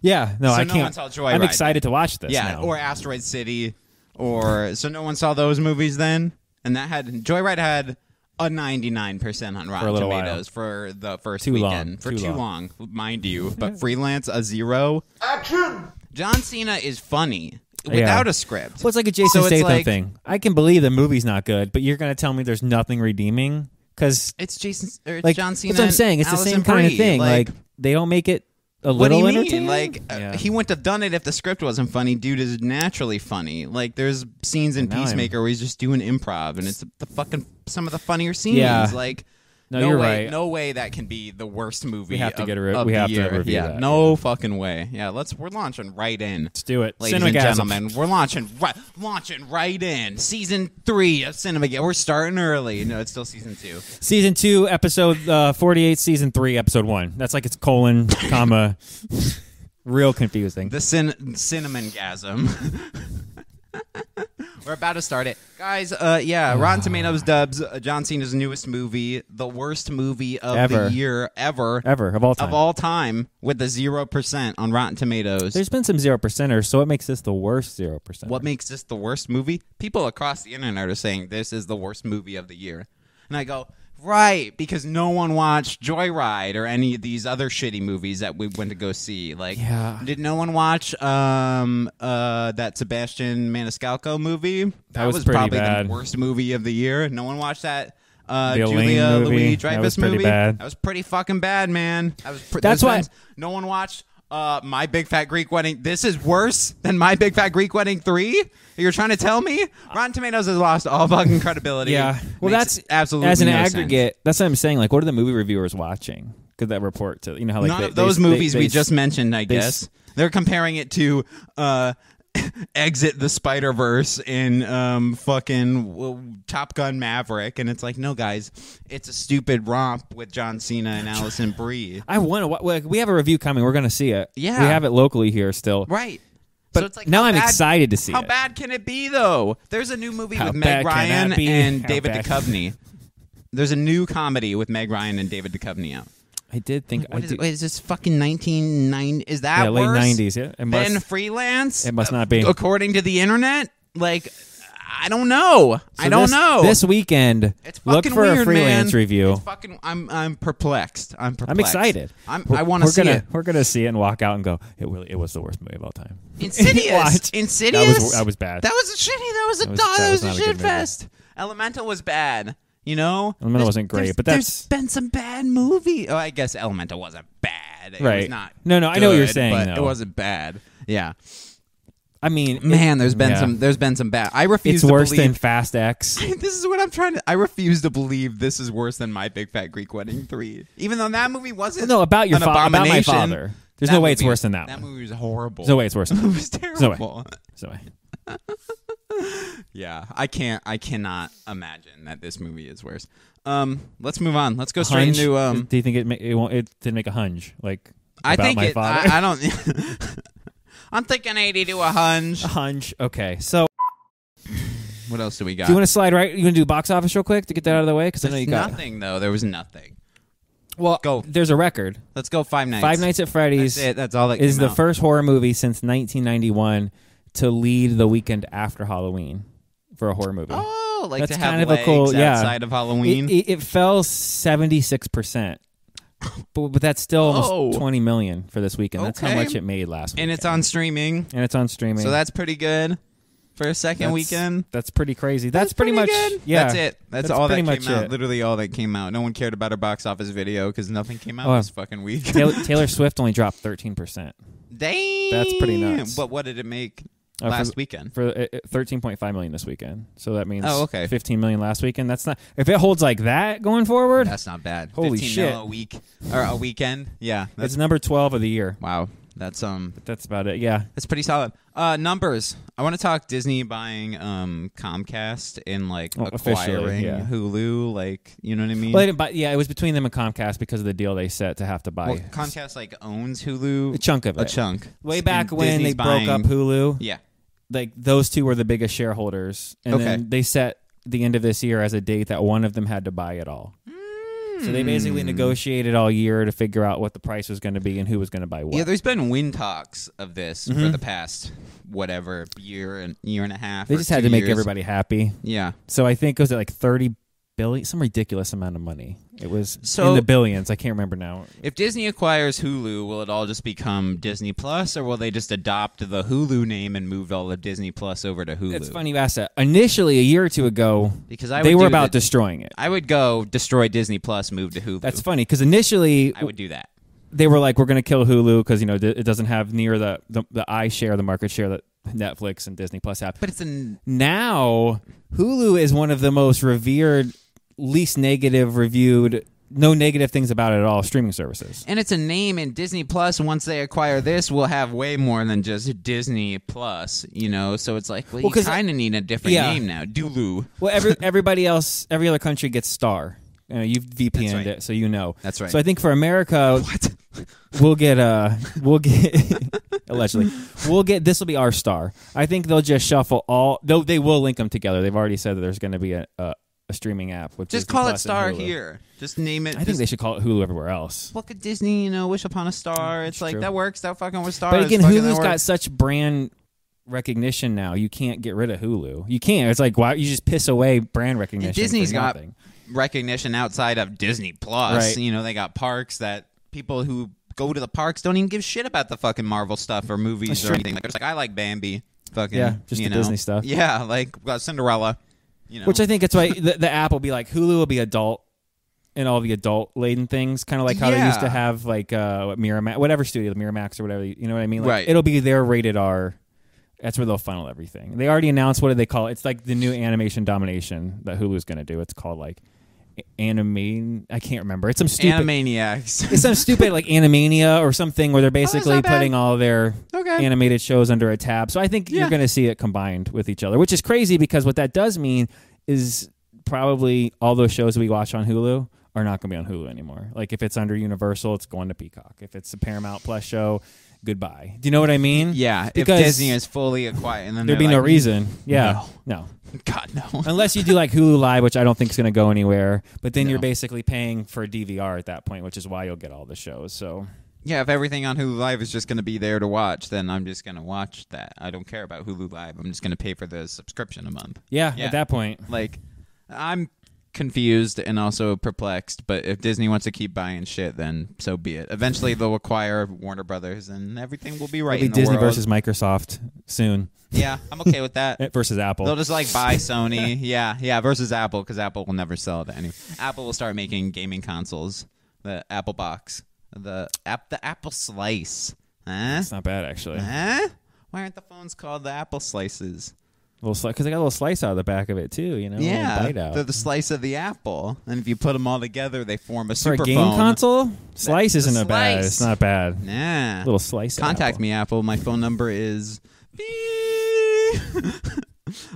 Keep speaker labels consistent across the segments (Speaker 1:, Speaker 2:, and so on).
Speaker 1: Yeah, no,
Speaker 2: So
Speaker 1: I
Speaker 2: no
Speaker 1: can't.
Speaker 2: one saw Joyride
Speaker 1: I'm
Speaker 2: then.
Speaker 1: excited to watch this.
Speaker 2: yeah,
Speaker 1: now.
Speaker 2: or Asteroid City, or so no one saw those movies then, and that had Joyride had a 99 percent on Rotten
Speaker 1: a little while.
Speaker 2: Tomatoes for the first
Speaker 1: Too long,
Speaker 2: weekend for
Speaker 1: too
Speaker 2: too, long. mind you, but Freelance a zero.
Speaker 3: Action!
Speaker 2: John Cena is funny
Speaker 1: Yeah.
Speaker 2: without a script.
Speaker 1: well, it's like a Jason
Speaker 2: So it's
Speaker 1: Statham
Speaker 2: like-
Speaker 1: thing. I can believe the movie's not good, but you're gonna tell me there's nothing redeeming because
Speaker 2: It's Jason. Or it's
Speaker 1: like
Speaker 2: John Cena.
Speaker 1: That's what I'm
Speaker 2: and
Speaker 1: saying. It's the
Speaker 2: Alison
Speaker 1: same kind
Speaker 2: Brie.
Speaker 1: of thing. Like, they don't make it a
Speaker 2: what do
Speaker 1: little
Speaker 2: you mean?
Speaker 1: entertaining.
Speaker 2: Like uh,
Speaker 1: Yeah.
Speaker 2: he wouldn't have done it if the script wasn't funny. Dude is naturally funny. Like there's scenes in
Speaker 1: Now I'm-
Speaker 2: Peacemaker where he's just doing improv, and it's the fucking some of the funnier scenes.
Speaker 1: Yeah.
Speaker 2: Like
Speaker 1: No, you're
Speaker 2: way,
Speaker 1: right.
Speaker 2: no way that can be the worst movie.
Speaker 1: have to
Speaker 2: of-
Speaker 1: get a re-
Speaker 2: of
Speaker 1: we
Speaker 2: the
Speaker 1: have to
Speaker 2: year.
Speaker 1: review
Speaker 2: yeah,
Speaker 1: that,
Speaker 2: No fucking way. Yeah, let's we're launching right in.
Speaker 1: let's do it,
Speaker 2: Ladies and
Speaker 1: Cinemagasm.
Speaker 2: gentlemen, we're launching right, launching right in season three of Cinema. We're starting early. No, it's still season two.
Speaker 1: Season two, episode uh, forty-eight, season three, episode one. That's like it's colon, comma, real confusing.
Speaker 2: The cin- cinnamon gasm. We're about to start it, guys. Uh, yeah, Rotten Tomatoes dubs uh, John Cena's newest movie, the worst movie of
Speaker 1: Ever.
Speaker 2: the year ever,
Speaker 1: Ever of all time.
Speaker 2: of all time, with a zero percent on Rotten Tomatoes.
Speaker 1: There's been some zero percenters, so what makes this the worst zero percent?
Speaker 2: what makes this the worst movie? People across the internet are saying this is the worst movie of the year, and I go. Right, because no one watched Joyride or any of these other shitty movies that we went to go see. Like,
Speaker 1: Yeah.
Speaker 2: did no one watch um uh that Sebastian Maniscalco movie? That,
Speaker 1: was pretty
Speaker 2: probably
Speaker 1: bad.
Speaker 2: the worst movie of the year. No one watched that. Uh,
Speaker 1: The Elaine
Speaker 2: Julia
Speaker 1: movie,
Speaker 2: Louis
Speaker 1: that
Speaker 2: Dreyfus
Speaker 1: was pretty
Speaker 2: movie.
Speaker 1: bad.
Speaker 2: That was pretty fucking bad, man. That was pre-
Speaker 1: That's
Speaker 2: those
Speaker 1: why-
Speaker 2: times- no one watched uh, My Big Fat Greek Wedding. This is worse than My Big Fat Greek Wedding 3? You're trying to tell me? Rotten Tomatoes has lost all fucking credibility.
Speaker 1: Yeah. Well,
Speaker 2: Makes
Speaker 1: that's
Speaker 2: absolutely
Speaker 1: as an
Speaker 2: no sense.
Speaker 1: aggregate. That's what I'm saying. Like, what are the movie reviewers watching? Could that report to you know how like
Speaker 2: None
Speaker 1: they-
Speaker 2: of those
Speaker 1: they-
Speaker 2: movies
Speaker 1: they-
Speaker 2: we
Speaker 1: they-
Speaker 2: just mentioned, I
Speaker 1: s-
Speaker 2: guess. They're comparing it to uh, Exit the Spider Verse in um, fucking w- Top Gun Maverick, and it's like, no, guys, it's a stupid romp with John Cena and Allison Brie.
Speaker 1: I want to. Like, we have a review coming. We're gonna see it.
Speaker 2: Yeah.
Speaker 1: we have it locally here still.
Speaker 2: Right.
Speaker 1: But
Speaker 2: so it's like
Speaker 1: now
Speaker 2: how
Speaker 1: I'm
Speaker 2: bad-
Speaker 1: excited to see
Speaker 2: How
Speaker 1: it.
Speaker 2: bad can it be though? There's a new movie
Speaker 1: How
Speaker 2: with
Speaker 1: bad
Speaker 2: Meg
Speaker 1: can
Speaker 2: Ryan
Speaker 1: I be?
Speaker 2: and
Speaker 1: How
Speaker 2: David
Speaker 1: bad-
Speaker 2: Duchovny. There's a new comedy with Meg Ryan and David Duchovny out.
Speaker 1: I did think I
Speaker 2: What is,
Speaker 1: did,
Speaker 2: it? Wait, is this fucking 1990? Is that
Speaker 1: yeah, late
Speaker 2: worse
Speaker 1: 90s. Yeah, it must,
Speaker 2: than freelance?
Speaker 1: it must not be.
Speaker 2: According to the internet, like I don't know. I
Speaker 1: So
Speaker 2: don't
Speaker 1: this-
Speaker 2: know.
Speaker 1: This weekend,
Speaker 2: it's
Speaker 1: look
Speaker 2: fucking
Speaker 1: for
Speaker 2: weird,
Speaker 1: a freelance
Speaker 2: man.
Speaker 1: review.
Speaker 2: It's fucking, I'm I'm perplexed. I'm perplexed.
Speaker 1: I'm excited.
Speaker 2: I'm,
Speaker 1: We're-
Speaker 2: I want to
Speaker 1: we're
Speaker 2: see
Speaker 1: gonna,
Speaker 2: it.
Speaker 1: We're gonna see it and walk out and go. It really, it was the worst movie of all time.
Speaker 2: Insidious.
Speaker 1: Watch.
Speaker 2: Insidious.
Speaker 1: That was- that was bad.
Speaker 2: That was a shitty. That was a
Speaker 1: That was-
Speaker 2: dog-
Speaker 1: that
Speaker 2: that
Speaker 1: was
Speaker 2: was,
Speaker 1: not a
Speaker 2: a
Speaker 1: good
Speaker 2: shit
Speaker 1: movie.
Speaker 2: fest. Elemental was bad. You know,
Speaker 1: Elemental
Speaker 2: There's-
Speaker 1: wasn't great,
Speaker 2: there's-
Speaker 1: but that's-
Speaker 2: there's been some bad movie. Oh, I guess Elemental wasn't bad. It
Speaker 1: Right.
Speaker 2: Was not.
Speaker 1: No, no, I know what you're
Speaker 2: good,
Speaker 1: saying,
Speaker 2: but
Speaker 1: though.
Speaker 2: it wasn't bad. Yeah,
Speaker 1: I mean,
Speaker 2: man. There's been
Speaker 1: yeah.
Speaker 2: some. There's been some bad. I refuse.
Speaker 1: It's
Speaker 2: to
Speaker 1: worse than
Speaker 2: believe,
Speaker 1: Fast X.
Speaker 2: This is what I'm trying to. I refuse to believe this is worse than My Big Fat Greek Wedding Three. Even though that movie wasn't.
Speaker 1: No, about your
Speaker 2: an
Speaker 1: fa- about my
Speaker 2: abomination,
Speaker 1: father. There's
Speaker 2: that
Speaker 1: no way it's
Speaker 2: movie-
Speaker 1: worse than that
Speaker 2: That
Speaker 1: one.
Speaker 2: movie was horrible.
Speaker 1: There's no way it's worse. Than
Speaker 2: it
Speaker 1: that.
Speaker 2: was terrible.
Speaker 1: no way. There's no way.
Speaker 2: Yeah, I can't. I cannot imagine that this movie is worse. Um, let's move on. Let's go straight
Speaker 1: Hunch?
Speaker 2: into. Um,
Speaker 1: Do you think it ma- it won't it did make a hunch like
Speaker 2: I
Speaker 1: about
Speaker 2: think
Speaker 1: my
Speaker 2: it.
Speaker 1: father?
Speaker 2: I, I don't. I'm thinking eighty to a hunch.
Speaker 1: a hunch. Okay,
Speaker 2: Uh,
Speaker 1: so
Speaker 2: What else do we got?
Speaker 1: do you want to slide right? You want to do box office real quick to get that out of the way because I know
Speaker 2: There's
Speaker 1: you got
Speaker 2: nothing though. There was nothing.
Speaker 1: well.
Speaker 2: Go.
Speaker 1: There's a record.
Speaker 2: Let's go five nights.
Speaker 1: Five Nights at Freddy's
Speaker 2: That's it. That's all that
Speaker 1: is
Speaker 2: came
Speaker 1: the
Speaker 2: out.
Speaker 1: first horror movie since 1991 to lead the weekend after Halloween for a horror movie.
Speaker 2: Oh, like
Speaker 1: That's
Speaker 2: to have
Speaker 1: kind of a
Speaker 2: legs
Speaker 1: cool- yeah.
Speaker 2: outside of Halloween.
Speaker 1: It, it, it fell 76 percent. But, but that's still almost
Speaker 2: Oh.
Speaker 1: 20 million for this weekend. That's how
Speaker 2: Okay.
Speaker 1: much it made last week.
Speaker 2: and it's on streaming,
Speaker 1: and it's on streaming.
Speaker 2: so that's pretty good for a second
Speaker 1: That's-
Speaker 2: weekend.
Speaker 1: That's pretty crazy. That's, pretty, much
Speaker 2: good.
Speaker 1: yeah.
Speaker 2: That's it. That's,
Speaker 1: That's
Speaker 2: all that
Speaker 1: pretty
Speaker 2: came
Speaker 1: much
Speaker 2: out.
Speaker 1: it.
Speaker 2: Literally all that came out. No one cared about her box office video because nothing came out
Speaker 1: Oh.
Speaker 2: this fucking week.
Speaker 1: Taylor, Taylor Swift only dropped 13 percent
Speaker 2: Damn,
Speaker 1: That's pretty nuts.
Speaker 2: But what did it make
Speaker 1: Uh, for-
Speaker 2: last weekend?
Speaker 1: for uh, uh, 13.5 million this weekend. So that means
Speaker 2: Oh, okay.
Speaker 1: 15 million last weekend. That's not if it holds like that going forward.
Speaker 2: That's not bad.
Speaker 1: Holy
Speaker 2: 15
Speaker 1: shit.
Speaker 2: mil a week or a weekend. Yeah, that's
Speaker 1: it's number 12 of the year.
Speaker 2: wow. That's um,
Speaker 1: That's about it. Yeah.
Speaker 2: that's pretty solid. Uh, numbers. I want to talk Disney buying um Comcast and like
Speaker 1: Well, Oh, officially,
Speaker 2: acquiring
Speaker 1: yeah.
Speaker 2: Hulu. Like you know what I mean?
Speaker 1: Well, they didn't buy, yeah, it was between them and Comcast because of the deal they set to have to buy
Speaker 2: Well, Comcast like owns Hulu.
Speaker 1: a chunk of it.
Speaker 2: A chunk.
Speaker 1: Way
Speaker 2: And
Speaker 1: back when
Speaker 2: Disney's
Speaker 1: they broke
Speaker 2: buying-
Speaker 1: up Hulu,
Speaker 2: Yeah.
Speaker 1: like those two were the biggest shareholders, and
Speaker 2: Okay.
Speaker 1: then they set the end of this year as a date that one of them had to buy it all. So they basically
Speaker 2: Hmm.
Speaker 1: negotiated all year to figure out what the price was going to be and who was going to buy what. Mm-hmm.
Speaker 2: Yeah, there's been wind talks of this for the past whatever year and year and a half.
Speaker 1: they
Speaker 2: or
Speaker 1: just had
Speaker 2: two
Speaker 1: to make
Speaker 2: years.
Speaker 1: everybody happy.
Speaker 2: Yeah.
Speaker 1: So I think it was at like 30 billion, some ridiculous amount of money. It was
Speaker 2: So-
Speaker 1: in the billions. I can't remember now.
Speaker 2: If Disney acquires Hulu, will it all just become Disney Plus, or will they just adopt the Hulu name and move all of Disney Plus over to Hulu?
Speaker 1: It's funny you asked that. Initially, a year or two ago,
Speaker 2: Because I
Speaker 1: they
Speaker 2: would
Speaker 1: were
Speaker 2: do
Speaker 1: about
Speaker 2: the-
Speaker 1: destroying it.
Speaker 2: I would go destroy Disney Plus, move to Hulu.
Speaker 1: That's funny because initially
Speaker 2: I would do that.
Speaker 1: they were like, we're going to kill Hulu because you know d- it doesn't have near the, the the eye share, the market share that Netflix and Disney Plus have.
Speaker 2: But it's an
Speaker 1: now Hulu is one of the most revered, least negative reviewed, no negative things about it at all streaming services.
Speaker 2: and it's a name and Disney Plus. Once they acquire this, will have way more than just Disney Plus. You know, so it's like well,
Speaker 1: Well,
Speaker 2: you
Speaker 1: 'cause-
Speaker 2: kind of need a different
Speaker 1: Yeah.
Speaker 2: name now. Dulu.
Speaker 1: Well, every, everybody else, every other country gets Star. You know, you've VPN'd
Speaker 2: right.
Speaker 1: it, so you know.
Speaker 2: That's right.
Speaker 1: So I think for America,
Speaker 2: What?
Speaker 1: we'll get uh we'll get allegedly we'll get this will be our star i think they'll just shuffle all though they will link them together they've already said that there's going to be a, a, a streaming app with
Speaker 2: Just
Speaker 1: Disney
Speaker 2: call it
Speaker 1: Plus and
Speaker 2: Star
Speaker 1: Hulu.
Speaker 2: here. Just name it.
Speaker 1: i think
Speaker 2: just
Speaker 1: they should call it hulu everywhere else
Speaker 2: Look at Disney, you know, Wish Upon a Star. It's like
Speaker 1: Mm, true.
Speaker 2: that works. That fucking was stars.
Speaker 1: but again
Speaker 2: fucking that
Speaker 1: hulu's got
Speaker 2: works.
Speaker 1: such brand recognition now you can't get rid of hulu you can't it's like why you just piss away brand recognition
Speaker 2: And Disney's
Speaker 1: for
Speaker 2: got
Speaker 1: nothing.
Speaker 2: recognition outside of Disney Plus.
Speaker 1: Right.
Speaker 2: You know, they got parks that people who go to the parks don't even give shit about the fucking Marvel stuff or movies
Speaker 1: That's
Speaker 2: or
Speaker 1: true.
Speaker 2: anything. Like, they're just like I like Bambi. Fucking
Speaker 1: Yeah, just
Speaker 2: you
Speaker 1: the
Speaker 2: know.
Speaker 1: Disney stuff.
Speaker 2: Yeah, like we got Cinderella. You know,
Speaker 1: which i think it's why the, the app will be like hulu will be adult and all the adult laden things, kind of like how they used
Speaker 2: Yeah.
Speaker 1: to have like uh, what Miramax, whatever studio, Miramax or whatever. You know what I mean? Like,
Speaker 2: Right.
Speaker 1: It'll be their rated R. That's where they'll funnel everything. They already announced what do they call it? It's like the new animation domination that Hulu's going to do. It's called like a- anime. I can't remember. It's some stupid.
Speaker 2: Animaniacs.
Speaker 1: It's some stupid like Animania or something where they're basically
Speaker 2: Oh, not bad.
Speaker 1: putting all their
Speaker 2: Okay.
Speaker 1: animated shows under a tab. So I think
Speaker 2: Yeah.
Speaker 1: you're going to see it combined with each other, which is crazy because what that does mean is probably all those shows we watch on Hulu are not going to be on Hulu anymore. Like if it's under Universal, it's going to Peacock. If it's a Paramount Plus show, goodbye. Do you know what I mean?
Speaker 2: yeah, if
Speaker 1: Because
Speaker 2: Disney is fully acquired, and then
Speaker 1: there'd be
Speaker 2: they're
Speaker 1: no
Speaker 2: like,
Speaker 1: reason. Yeah. No.
Speaker 2: God no.
Speaker 1: Unless you do like Hulu Live, which I don't think is going to go anywhere, but then you're
Speaker 2: No.
Speaker 1: basically paying for a DVR at that point, which is why you'll get all the shows. So
Speaker 2: Yeah, if everything on Hulu Live is just going to be there to watch, then I'm just going to watch that. I don't care about Hulu Live. I'm just going to pay for the subscription a month.
Speaker 1: yeah,
Speaker 2: Yeah.
Speaker 1: at that point,
Speaker 2: Like, I'm confused and also perplexed, but if Disney wants to keep buying shit, then so be it. Eventually, they'll acquire Warner Brothers and everything will be right
Speaker 1: it'll be
Speaker 2: in the
Speaker 1: Disney
Speaker 2: world.
Speaker 1: versus Microsoft soon
Speaker 2: Yeah, I'm okay with that.
Speaker 1: eh, versus Apple.
Speaker 2: They'll just like buy Sony, yeah, yeah, versus Apple because Apple will never sell it anyway. Apple will start making gaming consoles, the Apple Box, the app, the Apple Slice, huh?
Speaker 1: It's not bad actually.
Speaker 2: Huh? Why aren't the phones called the apple slices?
Speaker 1: Little slice because I got a little slice out of the back of it too. You know, a little
Speaker 2: yeah,
Speaker 1: bite out.
Speaker 2: they're the slice of the apple, and if you put them all together, they form a
Speaker 1: For
Speaker 2: super
Speaker 1: a game
Speaker 2: phone.
Speaker 1: console, slice
Speaker 2: the
Speaker 1: isn't a bad.
Speaker 2: slice.
Speaker 1: It's not bad.
Speaker 2: Nah.
Speaker 1: little slice. of
Speaker 2: Contact
Speaker 1: apple.
Speaker 2: me, Apple. My phone number is.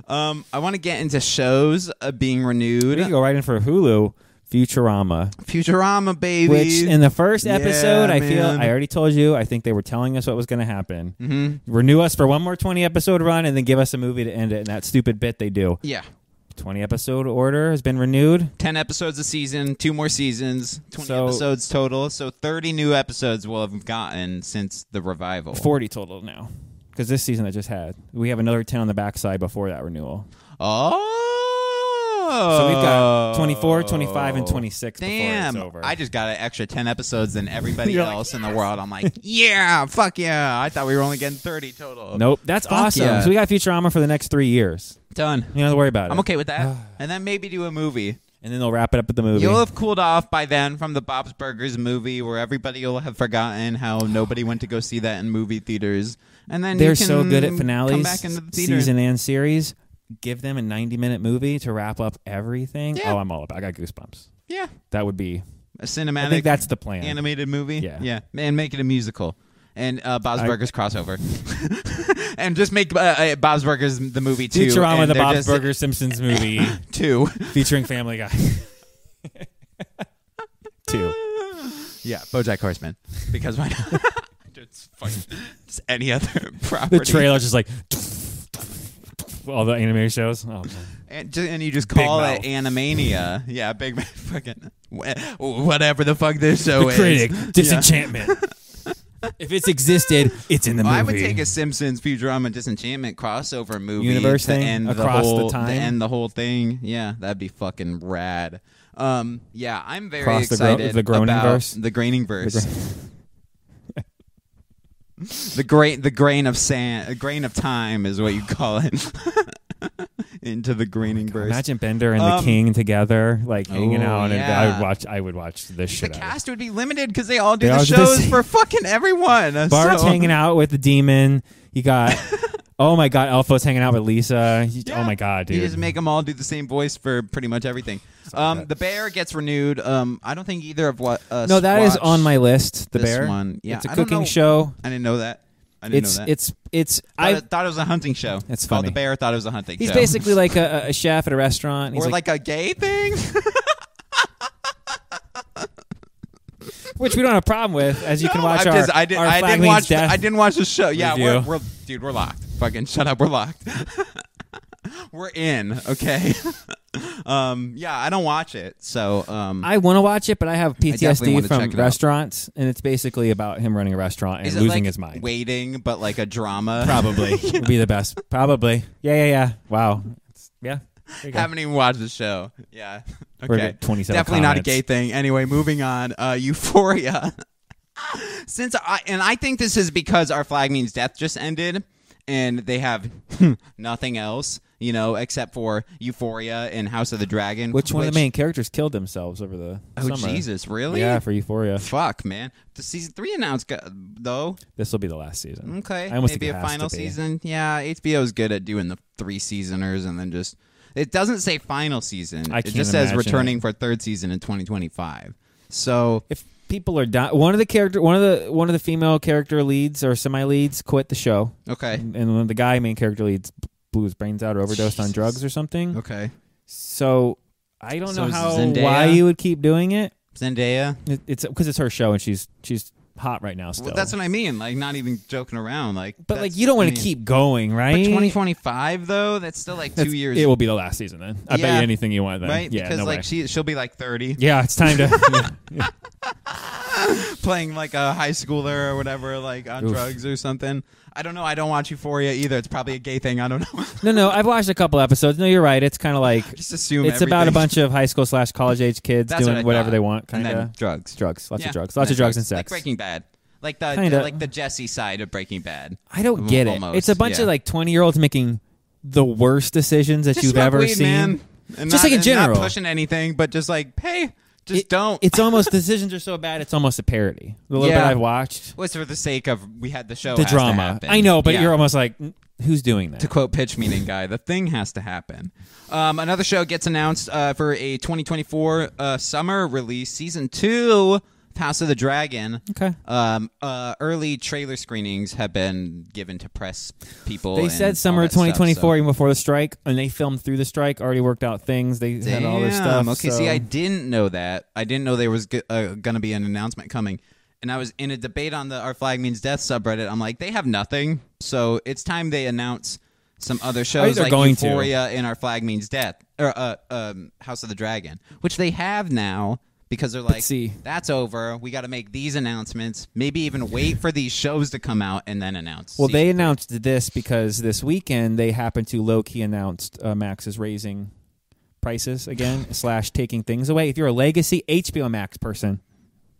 Speaker 2: um, I want to get into shows uh, being renewed.
Speaker 1: We can go right in for Hulu Futurama,
Speaker 2: Futurama, baby.
Speaker 1: which in the first
Speaker 2: Yeah,
Speaker 1: episode, I feel
Speaker 2: man.
Speaker 1: I already told you. I think they were telling us what was going to happen.
Speaker 2: Mm-hmm.
Speaker 1: Renew us for one more twenty episode run, and then give us a movie to end it. And that stupid bit they do.
Speaker 2: yeah,
Speaker 1: Twenty episode order has been renewed.
Speaker 2: ten episodes a season, two more seasons, twenty
Speaker 1: So-
Speaker 2: episodes total. So thirty new episodes we'll have gotten since the revival.
Speaker 1: 40 total now because this season I just had. We have another 10 on the backside before that renewal.
Speaker 2: Oh.
Speaker 1: So we've got 24, 25, and 26
Speaker 2: Damn.
Speaker 1: before it's over.
Speaker 2: I just got an extra 10 episodes than everybody
Speaker 1: You're like,
Speaker 2: else in the world. I'm like, yeah, fuck yeah. I thought we were only getting 30 total.
Speaker 1: nope. That's awesome.
Speaker 2: yeah.
Speaker 1: So we got Futurama for the next three years.
Speaker 2: Done.
Speaker 1: You don't have to worry about it.
Speaker 2: I'm okay with that. and then maybe do a movie.
Speaker 1: And then they'll wrap it up at the movie.
Speaker 2: You'll have cooled off by then from the Bob's Burgers movie where everybody will have forgotten how nobody went to go see that in movie theaters. And then you
Speaker 1: They're
Speaker 2: can
Speaker 1: so good at
Speaker 2: Come
Speaker 1: finales,
Speaker 2: back into the theater.
Speaker 1: season and series. Give them a 90 minute movie to wrap up everything.
Speaker 2: Yeah.
Speaker 1: Oh, I'm all about I got goosebumps.
Speaker 2: Yeah.
Speaker 1: That would be,
Speaker 2: A cinematic
Speaker 1: I think that's the plan.
Speaker 2: animated movie.
Speaker 1: Yeah.
Speaker 2: yeah, and make it a musical and uh, Bob's
Speaker 1: I-
Speaker 2: Burgers crossover, and just make uh, uh, Bob's Burgers the movie too.
Speaker 1: Futurama,
Speaker 2: and
Speaker 1: the
Speaker 2: they're
Speaker 1: Bob's
Speaker 2: just-
Speaker 1: Burgers Simpsons movie
Speaker 2: two.
Speaker 1: featuring Family Guy. Two.
Speaker 2: Yeah, BoJack Horseman, because why not? just, fucking, just any other property.
Speaker 1: The trailer's just like all the anime shows. Oh, man.
Speaker 2: And, ju- and you just call it
Speaker 1: mouth.
Speaker 2: Animania. yeah, Big Mouth. Fucking wh- whatever the fuck this show
Speaker 1: the
Speaker 2: is.
Speaker 1: critic,
Speaker 2: Yeah.
Speaker 1: Disenchantment. if it's existed, it's in the movie.
Speaker 2: Well, I would take a Simpsons Futurama Disenchantment crossover movie
Speaker 1: Universe
Speaker 2: to
Speaker 1: thing?
Speaker 2: end
Speaker 1: Across the
Speaker 2: the whole
Speaker 1: time?
Speaker 2: to end the whole thing. Yeah, that'd be fucking rad. Um, yeah, I'm very
Speaker 1: Across the gro-
Speaker 2: excited
Speaker 1: the Groening
Speaker 2: about
Speaker 1: verse?
Speaker 2: the graining verse. the grain the grain of sand a grain of time is what you call it into the graining verse
Speaker 1: Oh Imagine Bender and the
Speaker 2: Um,
Speaker 1: King together, like hanging
Speaker 2: Oh,
Speaker 1: out, and I
Speaker 2: yeah.
Speaker 1: would watch. I would watch this
Speaker 2: the
Speaker 1: shit. out of it.
Speaker 2: cast would be limited because they all do
Speaker 1: They
Speaker 2: the
Speaker 1: all do the
Speaker 2: shows
Speaker 1: same-
Speaker 2: for fucking everyone
Speaker 1: Bart's
Speaker 2: so,
Speaker 1: hanging out with the demon. You got, oh my god, Elfo's hanging out with Lisa. You-
Speaker 2: Yeah.
Speaker 1: Oh my god, dude.
Speaker 2: you just make them all do the same voice for pretty much everything um
Speaker 1: that.
Speaker 2: the bear gets renewed um i don't think either of uh, what us
Speaker 1: no, that is
Speaker 2: watched
Speaker 1: on my list. The
Speaker 2: this
Speaker 1: bear.
Speaker 2: one yeah
Speaker 1: it's a
Speaker 2: I don't
Speaker 1: cooking
Speaker 2: know-
Speaker 1: show.
Speaker 2: i didn't know that i didn't
Speaker 1: It's
Speaker 2: know that
Speaker 1: it's it's.
Speaker 2: Thought
Speaker 1: I.
Speaker 2: it- thought it was a hunting show
Speaker 1: It's
Speaker 2: called the
Speaker 1: funny.
Speaker 2: bear thought it was a hunting
Speaker 1: He's
Speaker 2: show
Speaker 1: basically like a, a- a chef at a restaurant. He's
Speaker 2: or like a gay thing
Speaker 1: which we don't have a problem with, as you can
Speaker 2: No,
Speaker 1: watch
Speaker 2: I
Speaker 1: our,
Speaker 2: just, I did,
Speaker 1: our
Speaker 2: I
Speaker 1: Flag
Speaker 2: didn't
Speaker 1: Means
Speaker 2: watch. The,
Speaker 1: Death.
Speaker 2: I didn't watch the show. Yeah,
Speaker 1: review.
Speaker 2: we're, we're dude, we're locked. Fucking shut up. We're locked. we're in. Okay. um. Yeah, I don't watch it. So. Um.
Speaker 1: I want to watch it, but I have
Speaker 2: definitely
Speaker 1: PTSD
Speaker 2: wanna
Speaker 1: from
Speaker 2: check it out.
Speaker 1: restaurants, and it's basically about him running a restaurant and
Speaker 2: is it
Speaker 1: losing
Speaker 2: like
Speaker 1: his mind.
Speaker 2: Waiting, but like a drama.
Speaker 1: Probably would be the best. Probably. Yeah, yeah, yeah. Wow. It's- yeah. There you go.
Speaker 2: Haven't even watched the show. Yeah.
Speaker 1: We're
Speaker 2: Okay.
Speaker 1: at 27
Speaker 2: Definitely not a
Speaker 1: comments.
Speaker 2: gay thing. Anyway, moving on. Uh, Euphoria. Since I and I think this is because our flag means death just ended, and they have
Speaker 1: Hmm.
Speaker 2: nothing else, you know, except for Euphoria and House of the Dragon.
Speaker 1: Which one of the main characters killed themselves over the
Speaker 2: Oh
Speaker 1: summer?
Speaker 2: Jesus! Really?
Speaker 1: Yeah, for Euphoria.
Speaker 2: Fuck, man. The season three announced go- though.
Speaker 1: This will be the last season.
Speaker 2: Okay,
Speaker 1: I almost
Speaker 2: maybe
Speaker 1: think it
Speaker 2: a
Speaker 1: has to
Speaker 2: final
Speaker 1: be.
Speaker 2: season. Yeah, HBO's good at doing the three seasoners and then just it doesn't say final season.
Speaker 1: I
Speaker 2: it
Speaker 1: can't
Speaker 2: just says
Speaker 1: imagine
Speaker 2: returning for third season in 2025. So
Speaker 1: If people are di- one of the character, one of the one of the female character leads or semi leads quit the show,
Speaker 2: okay,
Speaker 1: and one of the guy main character leads blew his brains out or overdosed on drugs or something.
Speaker 2: okay,
Speaker 1: So I don't
Speaker 2: So
Speaker 1: know
Speaker 2: is
Speaker 1: how
Speaker 2: Zendaya-
Speaker 1: why you would keep doing it.
Speaker 2: Zendaya.
Speaker 1: it it's because it's her show and she's she's hot right now still.
Speaker 2: Well, that's what I mean. Like not even joking around. Like,
Speaker 1: but
Speaker 2: that's-
Speaker 1: like you don't
Speaker 2: I
Speaker 1: want to
Speaker 2: mean,
Speaker 1: keep going, right?
Speaker 2: But 2025 though, that's still like two
Speaker 1: That's-
Speaker 2: years,
Speaker 1: It will be the last season then. I bet
Speaker 2: Yeah.
Speaker 1: you anything you want then.
Speaker 2: right?
Speaker 1: Yeah,
Speaker 2: because
Speaker 1: no
Speaker 2: like
Speaker 1: way.
Speaker 2: she she'll be like 30,
Speaker 1: yeah, it's time to.
Speaker 2: playing like a high schooler or whatever, like on
Speaker 1: Oof.
Speaker 2: drugs or something. I don't know. I don't watch Euphoria either. It's probably a gay thing. I don't know.
Speaker 1: no, no, I've watched a couple episodes. No, you're right. It's kind of like
Speaker 2: Just assume
Speaker 1: it's about a
Speaker 2: everything.
Speaker 1: bunch of high school slash college age kids
Speaker 2: That's
Speaker 1: doing
Speaker 2: what I
Speaker 1: whatever
Speaker 2: thought.
Speaker 1: they want,
Speaker 2: And
Speaker 1: kind
Speaker 2: then
Speaker 1: of
Speaker 2: drugs.
Speaker 1: drugs, lots
Speaker 2: Yeah.
Speaker 1: of drugs, lots of drugs and
Speaker 2: Like
Speaker 1: sex.
Speaker 2: Breaking Bad. Like the,
Speaker 1: Kinda.
Speaker 2: like the Jesse side of Breaking Bad.
Speaker 1: I don't get it.
Speaker 2: Almost,
Speaker 1: It's a bunch
Speaker 2: yeah.
Speaker 1: of like twenty year olds making the worst decisions that
Speaker 2: Just
Speaker 1: you've
Speaker 2: smoke
Speaker 1: ever
Speaker 2: weed,
Speaker 1: seen.
Speaker 2: Man. And
Speaker 1: Just
Speaker 2: not,
Speaker 1: like in
Speaker 2: and not
Speaker 1: general.
Speaker 2: pushing anything, but just like, hey, just
Speaker 1: It-
Speaker 2: don't.
Speaker 1: It's almost decisions are so bad. It's almost a parody. The little bit
Speaker 2: Yeah.
Speaker 1: I've watched,
Speaker 2: was for the sake of we had the show.
Speaker 1: the
Speaker 2: has to
Speaker 1: drama.
Speaker 2: happen.
Speaker 1: I know, but
Speaker 2: Yeah.
Speaker 1: you're almost like, who's doing that?
Speaker 2: to quote pitch meeting guy, the thing has to happen. Um, another show gets announced uh, for a 2024 uh, summer release, season two, House of the Dragon.
Speaker 1: Okay.
Speaker 2: Um, uh, early trailer screenings have been given to press people.
Speaker 1: They
Speaker 2: and all
Speaker 1: said summer
Speaker 2: that
Speaker 1: of
Speaker 2: stuff,
Speaker 1: 2024,
Speaker 2: so-
Speaker 1: even before the strike, and they filmed through the strike. Already worked out things. They had all this stuff.
Speaker 2: Damn, Okay,
Speaker 1: so-
Speaker 2: see, I didn't know that. I didn't know there was g- uh, going to be an announcement coming. And I was in a debate on the Our Flag Means Death subreddit. I'm like, they have nothing. So it's time they announce some other shows
Speaker 1: they're
Speaker 2: like
Speaker 1: going to.
Speaker 2: Euphoria and Our Flag Means Death or uh, um, House of the Dragon, which they have now because they're like,
Speaker 1: see-
Speaker 2: that's over. We got to make these announcements. Maybe even wait for these shows to come out and then announce.
Speaker 1: Well,
Speaker 2: See,
Speaker 1: they announced this because this weekend they happened to low key announced uh, Max is raising prices again slash taking things away. If you're a legacy HBO Max person,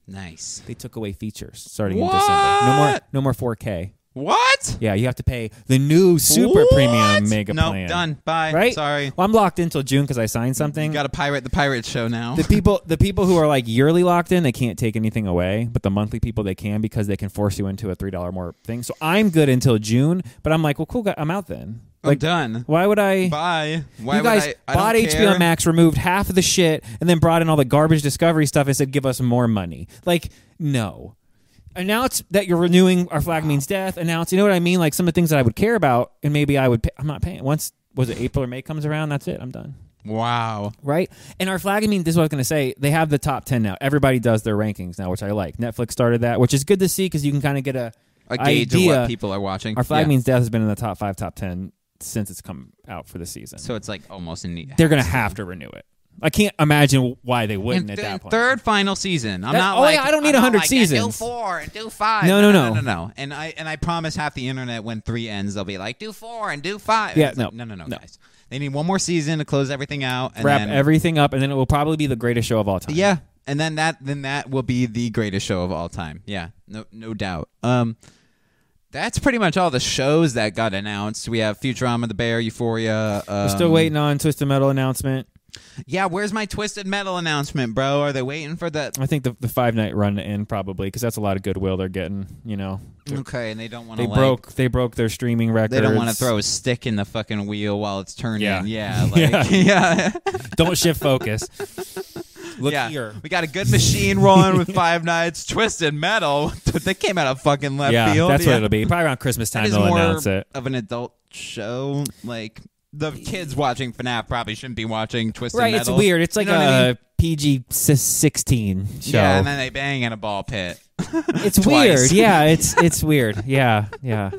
Speaker 2: nice.
Speaker 1: they took away features starting in
Speaker 2: What?
Speaker 1: December. No more, no more 4K.
Speaker 2: What?
Speaker 1: Yeah, you have to pay the new super
Speaker 2: What?
Speaker 1: premium mega
Speaker 2: no,
Speaker 1: plan.
Speaker 2: done. Bye.
Speaker 1: Right?
Speaker 2: Sorry.
Speaker 1: Well, I'm locked in till June because I signed something.
Speaker 2: You got to pirate the pirate show now.
Speaker 1: the people, the people who are like yearly locked in, they can't take anything away. But the monthly people, they can because they can force you into a three dollar more thing. So I'm good until June. But I'm like, well, cool, guy, I'm out then.
Speaker 2: I'm
Speaker 1: Like,
Speaker 2: done.
Speaker 1: why would I?
Speaker 2: Bye. Why
Speaker 1: you guys
Speaker 2: would I, I
Speaker 1: bought
Speaker 2: don't
Speaker 1: HBO
Speaker 2: care.
Speaker 1: Max, removed half of the shit, and then brought in all the garbage Discovery stuff and said, "Give us more money." Like, no. Announce that you're renewing our flag means death. Announce, you know what I mean? Like some of the things that I would care about, and maybe I would. Pay, I'm not paying. Once was it April or May comes around, that's it. I'm done.
Speaker 2: Wow.
Speaker 1: Right? And our flag, I mean, this is what I was going to say. They have the top 10 now. Everybody does their rankings now, which I like. Netflix started that, which is good to see because you can kind of get a,
Speaker 2: A gauge of
Speaker 1: idea.
Speaker 2: what people are watching.
Speaker 1: Our flag
Speaker 2: Yeah.
Speaker 1: means death has been in the top five, top 10 since it's come out for the season.
Speaker 2: So it's like almost in the
Speaker 1: They're going to have to renew it. I can't imagine why they wouldn't
Speaker 2: And
Speaker 1: at
Speaker 2: th-
Speaker 1: that point.
Speaker 2: Third final season. I'm
Speaker 1: That-
Speaker 2: not
Speaker 1: oh,
Speaker 2: like
Speaker 1: yeah, I don't need
Speaker 2: I'm not
Speaker 1: 100
Speaker 2: like, And do
Speaker 1: seasons.
Speaker 2: four and do five.
Speaker 1: No, no,
Speaker 2: no,
Speaker 1: no.
Speaker 2: no, no. And I and I promise half the internet when three ends, they'll be like, do four and do five.
Speaker 1: Yeah,
Speaker 2: It's like,
Speaker 1: no,
Speaker 2: no, no,
Speaker 1: no.
Speaker 2: guys. They need one more season to close everything out. And
Speaker 1: Wrap
Speaker 2: then,
Speaker 1: everything up, and then it will probably be the greatest show of all time.
Speaker 2: Yeah, and then that then that will be the greatest show of all time. Yeah, no no doubt. Um, that's pretty much all the shows that got announced. We have Futurama, The Bear, Euphoria. Um,
Speaker 1: We're still waiting on Twisted Metal announcement.
Speaker 2: Yeah, where's my Twisted Metal announcement, bro? Are they waiting for the?
Speaker 1: I think the, the five night run to end probably because that's a lot of goodwill they're getting. You know,
Speaker 2: Okay, and they don't want
Speaker 1: they
Speaker 2: to. like,
Speaker 1: broke they broke their streaming record.
Speaker 2: They don't want to throw a stick in the fucking wheel while it's turning.
Speaker 1: Yeah.
Speaker 2: Yeah, like, yeah.
Speaker 1: Don't shift focus. Look
Speaker 2: Yeah.
Speaker 1: here.
Speaker 2: We got a good machine rolling with Five Nights Twisted Metal. they came out of fucking left
Speaker 1: Yeah,
Speaker 2: field.
Speaker 1: that's
Speaker 2: yeah.
Speaker 1: what it'll be. Probably around Christmas
Speaker 2: That
Speaker 1: time
Speaker 2: is
Speaker 1: they'll
Speaker 2: more
Speaker 1: announce it.
Speaker 2: of an adult show. Like the kids watching FNAF probably shouldn't be watching Twisted
Speaker 1: Right, it's
Speaker 2: Metal.
Speaker 1: weird. It's like
Speaker 2: you know what I mean?
Speaker 1: a PG sixteen show.
Speaker 2: yeah, and then they bang in a ball pit.
Speaker 1: it's
Speaker 2: twice.
Speaker 1: weird. Yeah, it's it's weird. Yeah, yeah.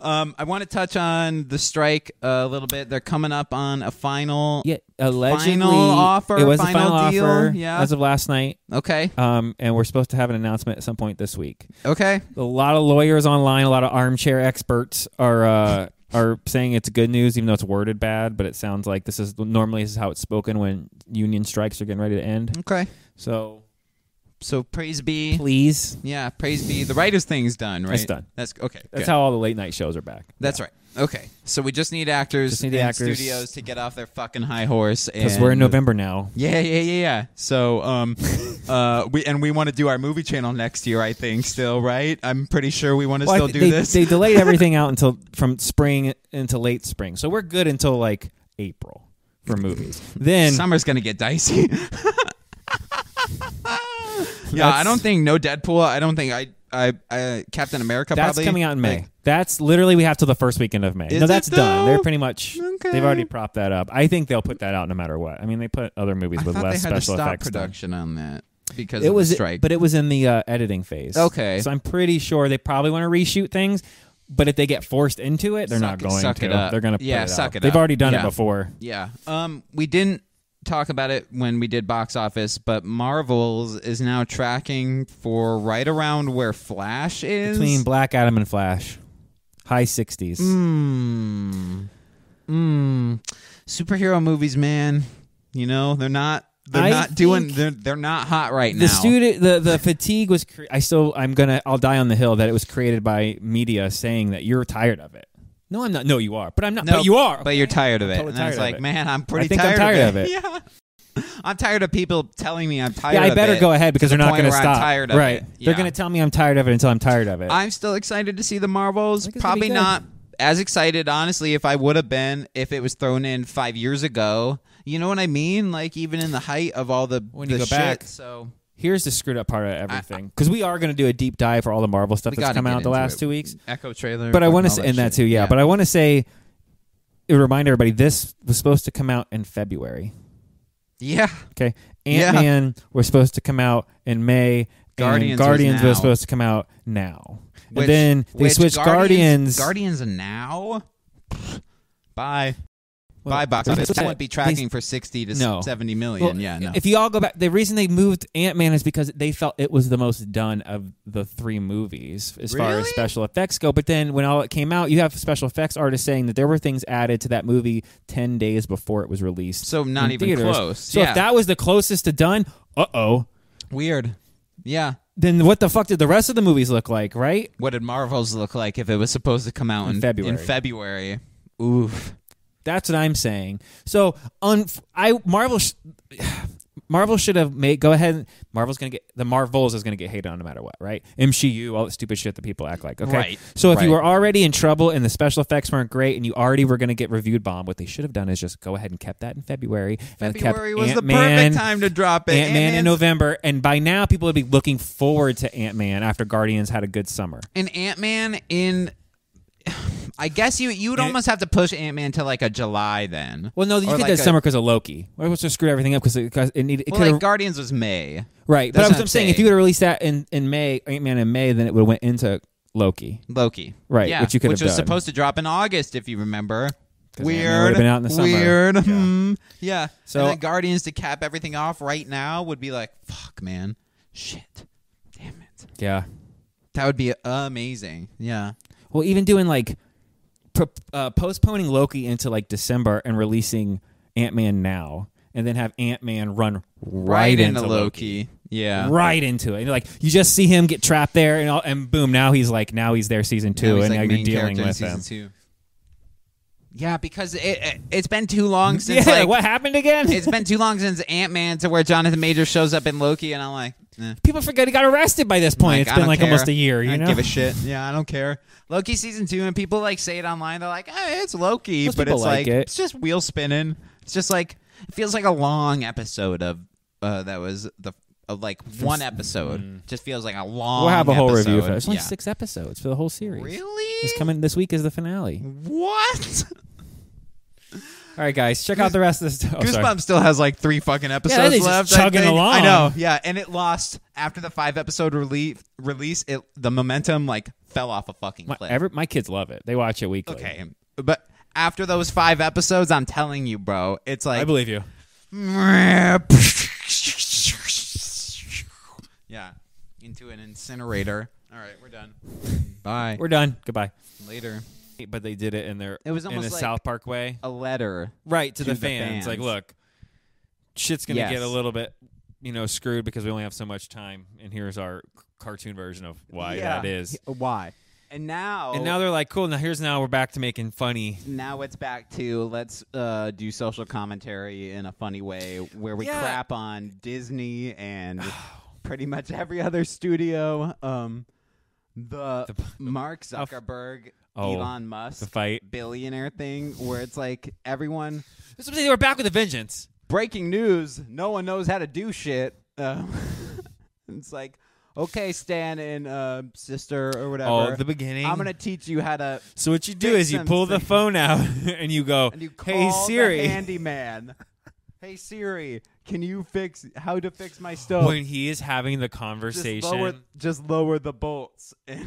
Speaker 2: Um, I want to touch on the strike a little bit. They're coming up on a final.
Speaker 1: Yeah, allegedly
Speaker 2: offer,
Speaker 1: It was
Speaker 2: final
Speaker 1: the final
Speaker 2: deal,
Speaker 1: offer
Speaker 2: yeah.
Speaker 1: as of last night,
Speaker 2: Okay.
Speaker 1: um, and we're supposed to have an announcement at some point this week.
Speaker 2: Okay.
Speaker 1: a lot of lawyers online, a lot of armchair experts are uh, are saying it's good news, even though it's worded bad. But it sounds like this is normally this is how it's spoken when union strikes are getting ready to end.
Speaker 2: Okay.
Speaker 1: So
Speaker 2: So praise be.
Speaker 1: please,
Speaker 2: Yeah, praise be. The writers thing's done, right?
Speaker 1: It's done.
Speaker 2: That's okay.
Speaker 1: that's
Speaker 2: good.
Speaker 1: how all the late night shows are back.
Speaker 2: That's right. Okay, so we just need actors
Speaker 1: Just need the
Speaker 2: and
Speaker 1: actors.
Speaker 2: studios to get off their fucking high horse
Speaker 1: because
Speaker 2: and
Speaker 1: we're in November now.
Speaker 2: Yeah, yeah, yeah, yeah. So, um, uh, we and we want to do our movie channel next year. I think still, right? I'm pretty sure we want to
Speaker 1: Well, I
Speaker 2: still
Speaker 1: th-
Speaker 2: do
Speaker 1: they,
Speaker 2: this.
Speaker 1: they delayed everything out until from spring into late spring, so we're good until like April for movies. Then
Speaker 2: Summer's gonna get dicey. yeah, I
Speaker 1: That's-
Speaker 2: don't think no Deadpool. I don't think I, I, I Captain America.
Speaker 1: that's
Speaker 2: probably
Speaker 1: coming out in May.
Speaker 2: Like,
Speaker 1: that's literally we have till the first weekend of May.
Speaker 2: Is
Speaker 1: No,
Speaker 2: it
Speaker 1: that's done. They're
Speaker 2: though?
Speaker 1: pretty much
Speaker 2: Okay.
Speaker 1: they've already propped that up. I think they'll put that out no matter what. I mean, they put other movies
Speaker 2: I
Speaker 1: with
Speaker 2: thought
Speaker 1: less
Speaker 2: they had to
Speaker 1: special
Speaker 2: stop
Speaker 1: effects. done.
Speaker 2: production on that because
Speaker 1: It
Speaker 2: of
Speaker 1: was
Speaker 2: the strike.
Speaker 1: but it was in the uh, editing phase.
Speaker 2: Okay.
Speaker 1: so I'm pretty sure they probably want to reshoot things. But if they get forced into it, they're
Speaker 2: Suck
Speaker 1: not
Speaker 2: it-
Speaker 1: going
Speaker 2: suck
Speaker 1: to.
Speaker 2: it up.
Speaker 1: They're going to
Speaker 2: Yeah,
Speaker 1: put it
Speaker 2: suck
Speaker 1: out.
Speaker 2: it
Speaker 1: They've
Speaker 2: up.
Speaker 1: already done
Speaker 2: Yeah.
Speaker 1: it before.
Speaker 2: Yeah. Um, we didn't talk about it when we did box office, but Marvel's is now tracking for right around where Flash is.
Speaker 1: Between Black Adam and Flash, high 60s.
Speaker 2: Mm. Mm. Superhero movies, man. You know they're not. They're
Speaker 1: I
Speaker 2: not doing.
Speaker 1: think
Speaker 2: They're they're not hot right now.
Speaker 1: the student the, the fatigue was cre- i still i'm gonna i'll die on the hill that it was created by media saying that you're tired of it no i'm not no you are but i'm not
Speaker 2: No,
Speaker 1: but you are
Speaker 2: But you're tired of it.
Speaker 1: totally
Speaker 2: and I was
Speaker 1: tired of
Speaker 2: like,
Speaker 1: it.
Speaker 2: man, I'm pretty
Speaker 1: think I'm
Speaker 2: tired,
Speaker 1: tired
Speaker 2: of it. yeah. I'm tired of people telling me I'm tired.
Speaker 1: yeah i
Speaker 2: of
Speaker 1: better
Speaker 2: it.
Speaker 1: go ahead because
Speaker 2: to
Speaker 1: they're not
Speaker 2: the point
Speaker 1: gonna
Speaker 2: where I'm
Speaker 1: stop
Speaker 2: tired of
Speaker 1: right
Speaker 2: it.
Speaker 1: they're
Speaker 2: Yeah.
Speaker 1: gonna tell me i'm tired of it until i'm tired of it
Speaker 2: I'm still excited to see the Marvels.
Speaker 1: think it's gonna be
Speaker 2: Probably
Speaker 1: good.
Speaker 2: not as excited, honestly, if I would have been if it was thrown in five years ago. You know what I mean? Like even in the height of all the
Speaker 1: When you
Speaker 2: the
Speaker 1: go
Speaker 2: shit,
Speaker 1: back,
Speaker 2: So
Speaker 1: here's the screwed up part of everything because we are gonna do a deep dive for all the marvel stuff
Speaker 2: we
Speaker 1: that's
Speaker 2: got
Speaker 1: come out the last two weeks
Speaker 2: Echo trailer,
Speaker 1: but i want
Speaker 2: fucking
Speaker 1: to
Speaker 2: all
Speaker 1: say in that
Speaker 2: shit.
Speaker 1: too yeah, but i want to say remind everybody this was supposed to come out in february
Speaker 2: yeah,
Speaker 1: Okay.
Speaker 2: Yeah.
Speaker 1: Ant Man was supposed to come out in May. and
Speaker 2: Guardians
Speaker 1: Guardians
Speaker 2: was now.
Speaker 1: was supposed to come out now.
Speaker 2: Which-
Speaker 1: and then they
Speaker 2: which
Speaker 1: switched Guardians.
Speaker 2: Guardians now. Bye.
Speaker 1: Well,
Speaker 2: Bye, box
Speaker 1: they
Speaker 2: office.
Speaker 1: switched
Speaker 2: That
Speaker 1: it.
Speaker 2: won't be tracking for sixty to
Speaker 1: No.
Speaker 2: seventy
Speaker 1: They-
Speaker 2: million.
Speaker 1: well,
Speaker 2: yeah, no.
Speaker 1: If you all go back, the reason they moved Ant Man is because they felt it was the most done of the three movies as far as
Speaker 2: Really?
Speaker 1: special effects go. But then when all it came out, you have special effects artists saying that there were things added to that movie ten days before it was released.
Speaker 2: so not
Speaker 1: in
Speaker 2: even
Speaker 1: theaters.
Speaker 2: close.
Speaker 1: So
Speaker 2: yeah.
Speaker 1: if that was the closest to done, uh oh.
Speaker 2: weird. Yeah.
Speaker 1: Then what the fuck did the rest of the movies look like, right?
Speaker 2: What did Marvels look like if it was supposed to come out in,
Speaker 1: In February.
Speaker 2: In February, oof.
Speaker 1: That's what I'm saying. So, un- I Marvel, sh- Marvel should have made go ahead. and- Marvel's gonna get the Marvels is gonna get hated on no matter what, right? MCU, all that stupid shit that people act like. Okay,
Speaker 2: Right,
Speaker 1: so if you
Speaker 2: right.
Speaker 1: were already in trouble and the special effects weren't great and you already were gonna get reviewed bomb, what they should have done is just go ahead and kept that in February. and kept
Speaker 2: February was the
Speaker 1: Ant-Man-
Speaker 2: perfect time to drop it.
Speaker 1: Ant Man in
Speaker 2: Ant-Man's-
Speaker 1: November, and by now people would be looking forward to Ant Man after Guardians had a good summer.
Speaker 2: and Ant Man in. I guess you you would almost have to push Ant Man to like a July then.
Speaker 1: Well, no, you
Speaker 2: Or
Speaker 1: did
Speaker 2: like
Speaker 1: that
Speaker 2: a-
Speaker 1: summer because of Loki. Well, let's just screw everything up because it, 'cause it needed. It
Speaker 2: Well,
Speaker 1: could've-
Speaker 2: like Guardians was May.
Speaker 1: Right, but
Speaker 2: That's what
Speaker 1: I'm,
Speaker 2: I'm
Speaker 1: I'm saying if
Speaker 2: saying.
Speaker 1: you would have released that in in May, Ant Man in May, then it would have went into Loki.
Speaker 2: Loki,
Speaker 1: Right,
Speaker 2: Yeah,
Speaker 1: which you could
Speaker 2: which
Speaker 1: have
Speaker 2: was
Speaker 1: done.
Speaker 2: supposed to drop in August, if you remember.
Speaker 1: 'cause then they would've been out in the summer.
Speaker 2: Weird.
Speaker 1: Yeah.
Speaker 2: hmm. Yeah.
Speaker 1: So-
Speaker 2: and then Guardians to cap everything off right now would be like, fuck, man, shit, damn it.
Speaker 1: Yeah.
Speaker 2: That would be amazing. Yeah.
Speaker 1: Well, even doing like pro- uh, postponing Loki into like December and releasing Ant Man now, and then have Ant Man run right, into, Loki.
Speaker 2: Yeah.
Speaker 1: Right into it, and like you just see him get trapped there, and all, and boom, now he's like, now he's there, season two,
Speaker 2: he's,
Speaker 1: and
Speaker 2: like,
Speaker 1: now you're
Speaker 2: main
Speaker 1: dealing
Speaker 2: character in
Speaker 1: with
Speaker 2: season
Speaker 1: him.
Speaker 2: Two. Yeah, because it, it it's been too long since
Speaker 1: yeah,
Speaker 2: like
Speaker 1: what happened again?
Speaker 2: it's been too long since Ant Man to where Jonathan Major shows up in Loki, and I'm like, eh.
Speaker 1: People forget he got arrested by this point.
Speaker 2: Like,
Speaker 1: it's
Speaker 2: I
Speaker 1: been
Speaker 2: don't
Speaker 1: like
Speaker 2: care.
Speaker 1: almost a year. You
Speaker 2: I
Speaker 1: know,
Speaker 2: don't give a shit. Yeah, I don't care. Loki season two, and people like say it online. They're like, "Eh, it's Loki,"
Speaker 1: Most
Speaker 2: but
Speaker 1: people
Speaker 2: it's
Speaker 1: like
Speaker 2: like,
Speaker 1: it.
Speaker 2: it's just wheel spinning. It's just like it feels like a long episode of uh, that was the of like one episode. Just feels like a long.
Speaker 1: mm. we'll have a whole review for
Speaker 2: episode.
Speaker 1: it. It's only
Speaker 2: Yeah.
Speaker 1: six episodes for the whole series.
Speaker 2: Really?
Speaker 1: It's coming this week is the finale.
Speaker 2: What?
Speaker 1: All right, guys, check out the rest of this. Oh, sorry.
Speaker 2: Goosebumps still has like three fucking episodes
Speaker 1: thing's just
Speaker 2: left.
Speaker 1: chugging
Speaker 2: I think.
Speaker 1: along.
Speaker 2: I know. Yeah, and it lost after the five episode relief release. It the momentum like fell off a fucking
Speaker 1: My,
Speaker 2: cliff.
Speaker 1: every, my kids love it. They watch it weekly.
Speaker 2: okay, but after those five episodes, I'm telling you, bro, it's like
Speaker 1: I believe you.
Speaker 2: yeah, into an incinerator. All right, we're done. Bye.
Speaker 1: We're done. Goodbye.
Speaker 2: Later.
Speaker 1: But they did it in their
Speaker 2: It was
Speaker 1: in
Speaker 2: almost
Speaker 1: the
Speaker 2: like-
Speaker 1: South Park way,
Speaker 2: A letter.
Speaker 1: right to,
Speaker 2: to
Speaker 1: the,
Speaker 2: the
Speaker 1: fans.
Speaker 2: fans.
Speaker 1: Like, look, shit's gonna
Speaker 2: Yes.
Speaker 1: get a little bit, you know, screwed because we only have so much time, and here's our c- cartoon version of why that is.
Speaker 2: Why? And now.
Speaker 1: And now they're like, cool. Now here's now we're back to making funny.
Speaker 2: now it's back to let's uh, do social commentary in a funny way where we
Speaker 1: Yeah.
Speaker 2: crap on Disney and pretty much every other studio. Um, the, Mark Zuckerberg,
Speaker 1: Oh,
Speaker 2: Elon Musk
Speaker 1: the fight.
Speaker 2: billionaire thing where it's like everyone
Speaker 1: That's what I'm saying, They were back with a vengeance.
Speaker 2: breaking news. No one knows how to do shit. Um, it's like, okay, Stan and uh, sister or whatever.
Speaker 1: Oh, the beginning.
Speaker 2: I'm gonna teach you how to
Speaker 1: So what you do
Speaker 2: fix
Speaker 1: is you
Speaker 2: them
Speaker 1: pull the
Speaker 2: things.
Speaker 1: phone out and you go,
Speaker 2: and you call
Speaker 1: "Hey
Speaker 2: the
Speaker 1: Siri."
Speaker 2: handyman. hey Siri, can you fix how to fix my stove?
Speaker 1: When he is having the
Speaker 2: just
Speaker 1: conversation,
Speaker 2: lower, just lower the bolts. And